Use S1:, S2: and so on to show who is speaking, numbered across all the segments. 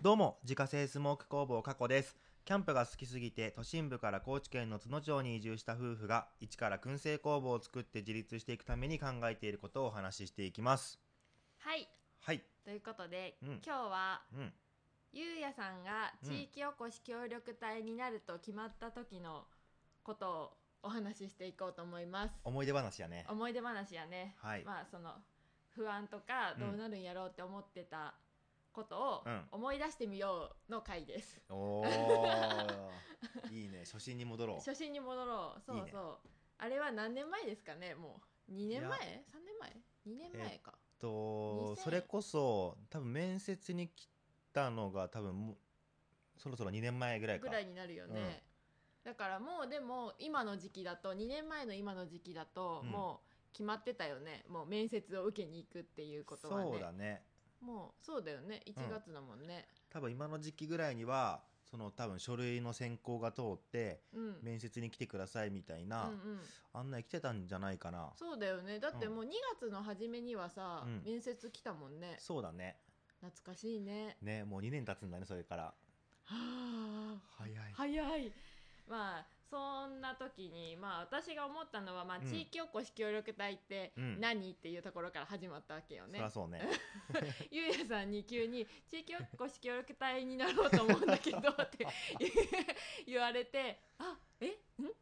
S1: どうも、自家製スモーク工房加古です。キャンプが好きすぎて、都心部から高知県の津野町に移住した夫婦が、一から燻製工房を作って自立していくために考えていることをお話ししていきます。
S2: はい
S1: はい。
S2: ということで、
S1: うん
S2: 今日は
S1: うん。
S2: ゆうやさんが地域おこし協力隊になると決まった時のことをお話ししていこうと思います。
S1: 思い出話やね。
S2: 思い出話やね、
S1: はい
S2: まあその不安とか
S1: うん
S2: どうなるんやろうって思ってたことを
S1: うん
S2: 思い出してみようの回です。
S1: おー。 いいね。初心に戻ろう。
S2: 初心に戻ろうそうそう
S1: いい
S2: あれは何年前ですかねもう2年前 ?3 年前 ?2 年前か。
S1: と、
S2: 2000
S1: それこそ、多分面接に来たのが、多分もう、そろそろ2年前ぐらいか。
S2: ぐらいになるよね、だからもうでも今の時期だと2年前の今の時期だと
S1: うん
S2: もう決まってたよね、もう面接を受けに行くっていうことはね
S1: そうだね。
S2: もうそうだよね1月だもんね、
S1: 多分今の時期ぐらいには、その多分書類の選考が通って、
S2: うんうん
S1: 面接に来てくださいみたいな、
S2: うん
S1: あんな来てたんじゃないかなそ
S2: そうだよねだってもう2月の初めにはさ、
S1: うん
S2: 面接来たもんね
S1: うだね
S2: 懐かしいね
S1: ねもう2年経つんだねそれから
S2: はあ
S1: 早い
S2: 早いまあそんな時にまあ私が思ったのは、まあ、
S1: うん
S2: 地域おこし協力隊って
S1: うん
S2: 何、っていうところから始まったわけよ
S1: そ
S2: ね
S1: りゃ。そうね
S2: ゆうやさんに急に「地域おこし協力隊になろうと思うんだけど」って 言われて「あえん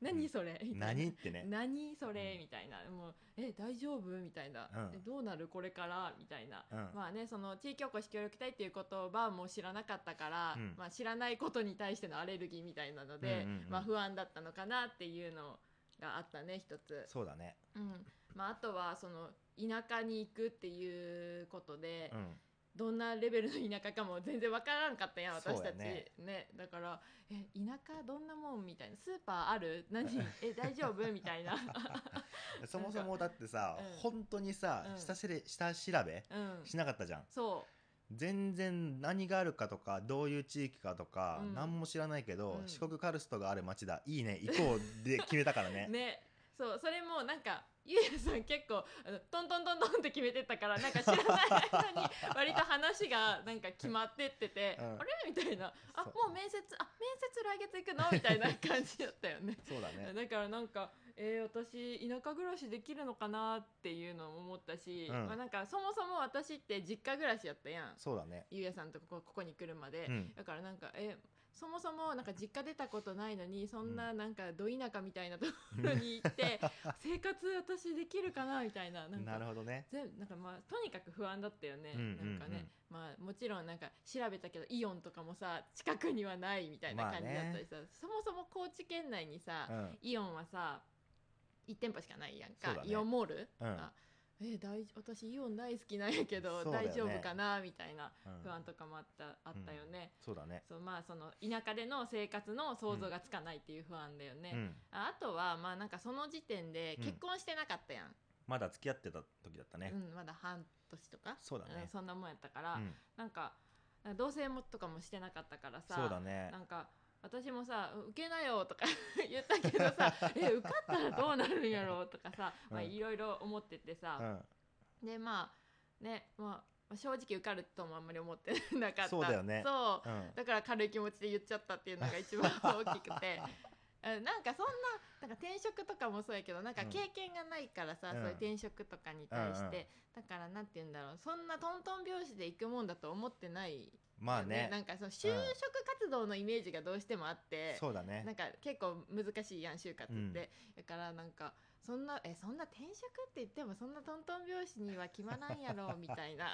S2: 何そ れ?」みたいな
S1: 何ってね
S2: 何それ
S1: うん
S2: みたいな「もうえ大丈夫?」みたいな、
S1: うん
S2: えどうなるこれから?」みたいな、
S1: うん
S2: まあねその地域おこし協力隊っていう言葉も知らなかったから、
S1: うん
S2: まあ、知らないことに対してのアレルギーみたいなので、
S1: うんうんうん
S2: まあ、不安だったのかなっていうのがあったね一つ。
S1: そうだね
S2: うんまあ、あとはその田舎に行くっていうことで、
S1: うん
S2: どんなレベルの田舎かも全然わからんかったやん私たち
S1: そうや
S2: ねだから「え田舎どんなもん?」みたいな「スーパーある 何え大丈夫?」みたいな、
S1: そもそもだってさ、
S2: うん
S1: 本当にさ、
S2: うん
S1: 下せれ下調べ
S2: うん、
S1: しなかったじゃん
S2: そ
S1: 全然何があるかとかどういう地域かとか、
S2: うん
S1: 何も知らないけど、
S2: うん
S1: 四国カルストがある町だいいね行こうで決めたからね
S2: う ねそうそれもなんかゆうやさん結構あのトントントントンって決めてったからなんか知らない間 に割と話がなんか決まってってて「
S1: うん
S2: あれ?」みたいな「あ
S1: そう
S2: もう面接あ面接来月行くの?」みたいな感じだったよね。
S1: そうだね
S2: だからなんか、えー私田舎暮らしできるのかなっていうのも思ったし、
S1: うん
S2: まあ、なんかそもそも私って実家暮らしやったやん
S1: そうだね
S2: ゆうやさんとここここに来るまで、
S1: うん
S2: だからなんかえそもそもなんか実家出たことないのにそんななんかど田舎みたいなところに 行って、生活私できるかなみたいななんか
S1: なるほどね
S2: 全なんかまあとにかく不安だったよね、
S1: うんうんうん
S2: なんかね、まあ、もちろんなんか調べたけどイオンとかもさ近くにはないみたいな感じだったりさ、そもそも高知県内にさ、
S1: うん
S2: イオンはさ1店舗しかないやん
S1: そう
S2: か、
S1: だね
S2: イオンモール、
S1: うん
S2: あえー大丈夫私イオン大好きなんやけど、
S1: そうだよね
S2: 大丈夫かなみたいな
S1: うん
S2: 不安とかもあったあったよね、
S1: そうだね
S2: そうまあ、その田舎での生活の想像がつかないっていう不安だよね、
S1: うん
S2: ああとはまあなんかその時点で
S1: うん
S2: 結婚してなかったやん、
S1: まだ付き合ってた時だったね、
S2: うん、まだ半年とか
S1: そうだね
S2: んそんなもんやったから、
S1: うん
S2: なんか同棲もとかもしてなかったからさ
S1: そうだね
S2: なんか私もさ「受けなよ」とか 言ったけどさ「え受かったらどうなるんやろ?」とかさ、まあ、
S1: うん
S2: いろいろ思ってて
S1: う
S2: さ、
S1: ん、
S2: でまあね、まあ、正直受かるともあんまり思ってなかった
S1: そうだよね
S2: そう
S1: うん
S2: だから軽い気持ちで言っちゃったっていうのが一 番大きくて。えなんかそんななんか転職とかもそうやけどなんか
S1: うん
S2: 経験がないからさ、
S1: うん
S2: そういう転職とかに対して、
S1: うんうん
S2: だからなんて言うんだろうそんなトントン拍子で行くもんだと思ってない、
S1: まあね
S2: なんかその就職活動のイメージがどうしてもあって、
S1: そうだね
S2: なんか結構難しいやん就活っ
S1: う
S2: て、
S1: ん
S2: だからなんかそんなえそんな転職って言ってもそんなトントン拍子には決まらんやろみたいな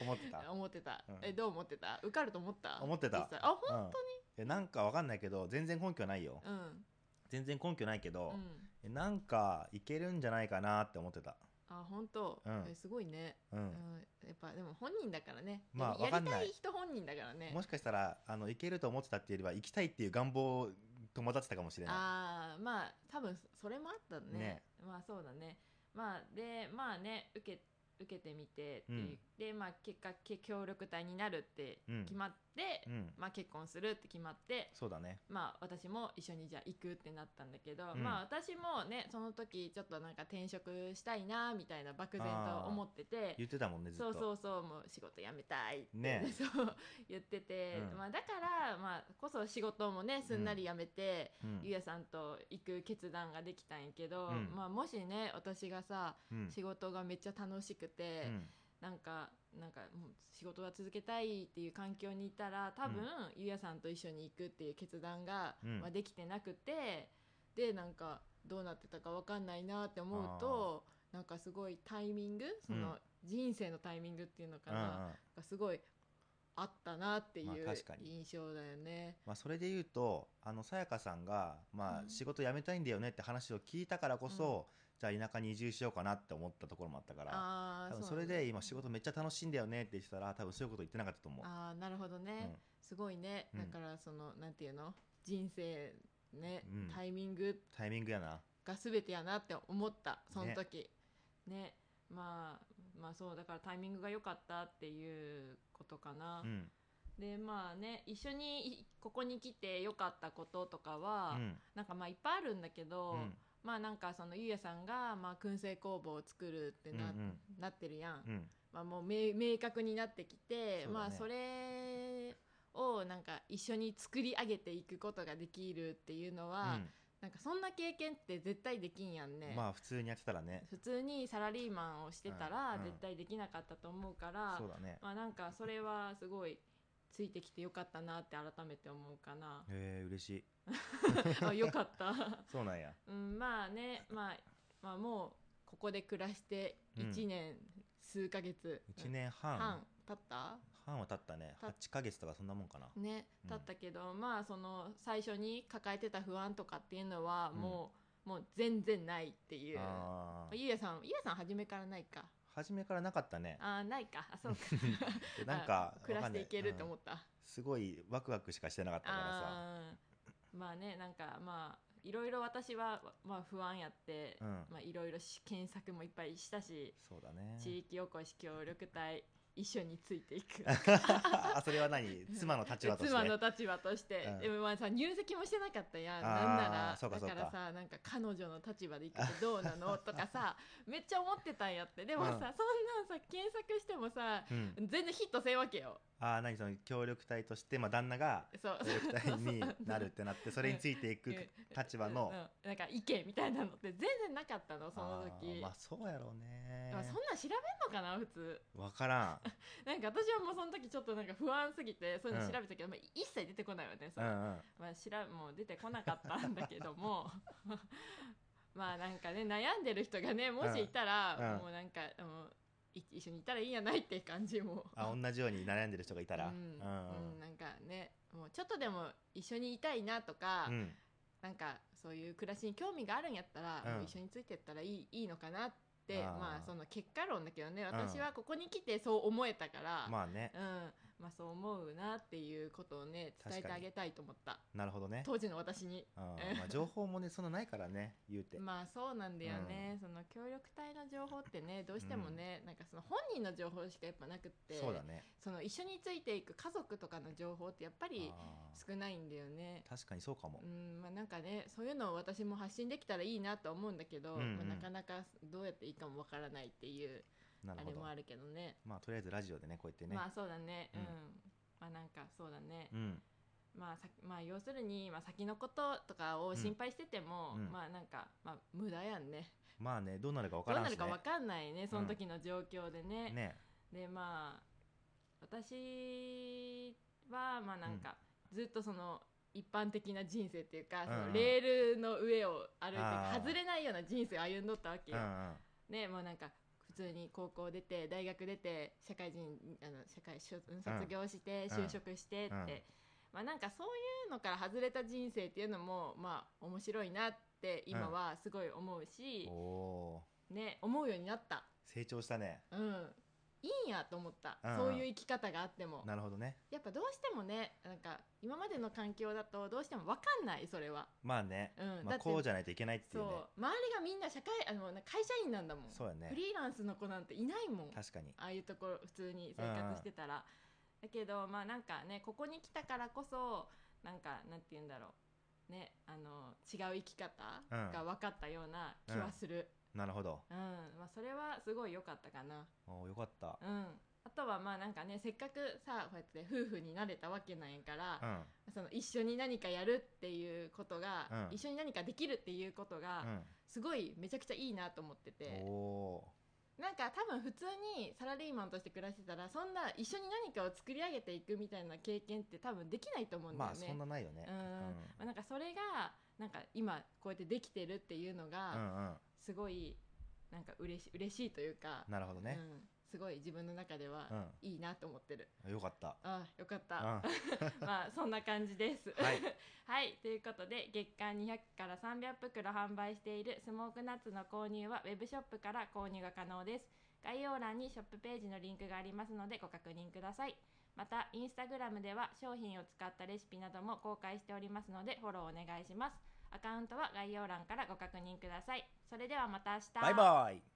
S1: 思ってた
S2: 思ってた、
S1: うん
S2: えどう思ってた受かると思った
S1: 思ってた
S2: 実際あほん
S1: 本当に、えなんかわかんないけど全然根拠ないよ
S2: うん
S1: 全然根拠ないけど
S2: う、ん、
S1: えなんかいけるんじゃないかなって思ってた
S2: あ本当、
S1: うん
S2: えすごいね、
S1: うん、
S2: うんやっぱでも本人だからね、
S1: まあ
S2: やり
S1: わかんない
S2: やりたい人本人だからね
S1: もしかしたらあのいけると思ってたっていうよりは行きたいっていう願望と混ざってたかもしれな
S2: ああまあ多分それもあったね
S1: ね
S2: まあそうだねまあでまあね受け受けてみてっていうでまあ結果け協力隊になるって決まって、
S1: うん
S2: まあ、結婚するって決まって、
S1: そうだね
S2: まあ、私も一緒にじゃあ行くってなったんだけど、
S1: うん
S2: まあ私もねその時ちょっとなんか転職したいなみたいな漠然と思ってて
S1: 言ってたもんねずっ
S2: そ
S1: と
S2: うそうそうもう仕事辞めたいって、
S1: ねえ
S2: そう言ってて、
S1: うん
S2: まあ、だから、まあ、こそ仕事もねすんなり辞めて、
S1: うん
S2: ゆうやさんと行く決断ができたんやけど、
S1: うん
S2: まあ、もしね私がさ
S1: うん
S2: 仕事がめっちゃ楽しくて。
S1: うん
S2: なんかなんかもう仕事は続けたいっていう環境にいたら多分、
S1: うん
S2: ゆうやさんと一緒に行くっていう決断が、
S1: うん
S2: まあ、できてなくてでなんかどうなってたかわかんないなって思うとなんかすごいタイミングその、
S1: うん
S2: 人生のタイミングっていうのか
S1: うん
S2: な、
S1: うん
S2: がすごいあったなってい
S1: まあ
S2: う
S1: 確かに
S2: 印象だよね。
S1: まあ、それで言うとあのさやかさんが、まあ
S2: う、ん
S1: 仕事辞めたいんだよねって話を聞いたからこそ、じゃあ田舎に移住しようかなって思ったところもあったから
S2: ああ
S1: 多
S2: ー
S1: 分
S2: う
S1: それで今仕事めっちゃ楽しいんだよねって言ってたら多分そういうこと言ってなかったと思う。
S2: あーなるほどね、
S1: うん
S2: すごいね、
S1: うん
S2: だからそのなんていうの人生ね、
S1: うん
S2: タイミングって
S1: タイミングやな。
S2: が全てやなって思ったその時ねまあまあそうだからタイミングが良かったっていうことかな、
S1: うん
S2: でまあね一緒にいここに来て良かったこととかは、
S1: うん
S2: なんかまあいっぱいあるんだけど、
S1: うん
S2: まあなんかそのゆうやさんがまあ燻製工房を作るって
S1: うん
S2: な,、
S1: うん
S2: なってるやん、
S1: うん
S2: まあもう明明確になってきて、
S1: そうだね
S2: まあそれをなんか一緒に作り上げていくことができるっていうのは、なんかそんな経験って絶対できんやん
S1: う
S2: ね
S1: ん、まあ普通にやってたらね
S2: 普通にサラリーマンをしてた
S1: う
S2: ら
S1: んうん
S2: 絶対できなかったと思うから、
S1: そうだね。
S2: まあなんかそれはすごいついてきてよかったなって改めて思うか な
S1: へえ嬉しい。
S2: あよかった、
S1: そうなんや。
S2: うん、まあね、まあ、まあもうここで暮らして
S1: うん
S2: 1年数ヶ月、
S1: 1年半
S2: 半経った
S1: 半は経ったね
S2: た
S1: 8ヶ月とかそんなもんかな。
S2: ね
S1: うん
S2: 経ったけど、まあその最初に抱えてた不安とかっていうのは
S1: うん
S2: もう、もう全然ないっていう
S1: あー
S2: ゆうやさんゆうやさん初めからないか
S1: 初めからなかったね。
S2: あーないかあそ うか
S1: でなんか
S2: あ暮らしていけると
S1: わかんないうん
S2: 思った、
S1: すごいワクワクしかしてなかったからさ。
S2: あーまあねなんかまあいろいろ私は、まあ、不安やって、
S1: うん
S2: まあ、いろいろし検索もいっぱいしたし、
S1: そうだね。
S2: 地域おこし協力隊一緒についていく
S1: あそれは何妻の立場として
S2: 妻の立場として、
S1: うん
S2: でもまあさ入籍もしてなかったやん
S1: あー
S2: なんなら
S1: そうかそうか
S2: だからさなんか彼女の立場で行くってどうなのとか さめっちゃ思ってたんやってでもさ、
S1: うん
S2: そんなんさ検索してもさ
S1: うん、
S2: 全然ヒットせんわけよ
S1: ああ何その協力隊として、まあ、旦那が
S2: そう
S1: 協力隊になるってな ってそれについていく立場の、
S2: うん、なんか意見みたいなのって全然なかったのその
S1: あ
S2: 時
S1: ーまあそうやろうね
S2: まあそんなん調べんのかな普通
S1: わから
S2: なんか私はもうその時ちょっとなんか不安すぎてそういうの調べたけど、まあ、一切出てこないわねそ
S1: ん、う
S2: の
S1: んうん、
S2: まあ、しらもう出てこなかったんだけども まあなんかね悩んでる人がねもしいたら、
S1: うん
S2: もうなんかあのい一緒にいたらいいんやないって感じも
S1: あ同じように悩んでる人がいたらう
S2: う
S1: んん
S2: うんなんかねもうちょっとでも一緒にいたいなとか、
S1: うん、うん
S2: なんかそういう暮らしに興味があるんやったら、
S1: うん
S2: もう一緒についてったらいいいいのかなって
S1: あー
S2: まあその結果論だけどね私はここに来てそう思えたから、
S1: まあね
S2: うんまあ、そう思うなっていうことをね伝えてあげたいと思った
S1: なるほどね、
S2: 当時の私に。
S1: うんまあ、情報もねそんなないからね言うて、
S2: まあそうなんだよね、その協力隊の情報ってねどうしてもね、なんかその本人の情報しかやっぱなくって
S1: そうだね
S2: その一緒についていく家族とかの情報ってやっぱり
S1: あー
S2: 少ないんだよね。
S1: 確かにそうかも
S2: う、んまあ、なんかねそういうのを私も発信できたらいいなと思うんだけど、
S1: うんうん
S2: まあ、なかなかどうやっていいかもわからないっていう
S1: な
S2: あ
S1: るほ
S2: れ
S1: ど
S2: もあるけどね
S1: まあとりあえずラジオでねこうやってね、
S2: まあそうだねう、
S1: うんん
S2: まあなんかそうだね、
S1: うん
S2: まあさまあ要するに、まあ、先のこととかを心配してても、
S1: うんうん
S2: まあなんか、まあ、無駄やんね
S1: まあねどうなるかわか
S2: ど
S1: ら
S2: う
S1: ん
S2: な
S1: し、
S2: る
S1: ね、
S2: かわかんないねその時の状況でね,、
S1: ね
S2: でまあ私はまあなんか、ずっとその一般的な人生っていうか、
S1: ん
S2: そのレールの上を歩いて
S1: あー
S2: 外れないような人生を歩んどったわけ
S1: うん
S2: よ
S1: う。ん
S2: ねもうなんか普通に高校出て大学出て社会人あの社会しょ卒業して
S1: ん
S2: 就職してって、
S1: うん
S2: まあなんかそういうのから外れた人生っていうのもまあ面白いなって今はすごい思うし
S1: お、お
S2: ね思うようになった。
S1: 成長したね
S2: うん、いいんやと思った、
S1: うん
S2: そういう生き方があっても
S1: なるほどね
S2: やっぱどうしてもねなんか今までの環境だとどうしても分かんないそれは、
S1: まあね、
S2: うん
S1: ま
S2: だ
S1: あ、
S2: って
S1: こうじゃないといけないってい
S2: そうう
S1: ね
S2: 周りがみんな社会あのなんか会社員なんだもん
S1: そうやね
S2: フリーランスの子なんていないもん
S1: 確かに
S2: ああいうところ普通に生活してたら、だけどまあなんかねここに来たからこそなんかなんて言うんだろうねあの違う生き方
S1: うん
S2: が分かったような気はする、
S1: なるほど
S2: うんまあ、それはすごい良かったかな、
S1: おーよかった
S2: うん、あとはまあなんかねせっかくさこうやって夫婦になれたわけなんやから、
S1: うん
S2: その一緒に何かやるっていうことが、
S1: うん
S2: 一緒に何かできるっていうことが、すごいめちゃくちゃいいなと思って
S1: うん
S2: て
S1: おお
S2: なんか多分普通にサラリーマンとして暮らしてたらそんな一緒に何かを作り上げていくみたいな経験って多分できないと思う
S1: ー
S2: んだよ
S1: ま
S2: ね
S1: あ。そんなないよね
S2: うんまあなんかそれがなんか今こうやってできてるっていうの
S1: う
S2: が
S1: んうん
S2: すごいなんか嬉し嬉しいというか、
S1: なるほどね
S2: うん、すごい自分の中では
S1: うん、
S2: いいなと思ってる。
S1: よかった
S2: ああよかっ
S1: う
S2: た
S1: ん、
S2: まあそんな感じです。
S1: はい
S2: はい、ということで月間200から300袋販売しているスモークナッツの購入はウェブショップから購入が可能です概要欄にショップページのリンクがありますのでご確認くださいまたインスタグラムでは商品を使ったレシピなども公開しておりますのでフォローお願いしますアカウントは概要欄からご確認くださいそれではまた明日
S1: バイバイ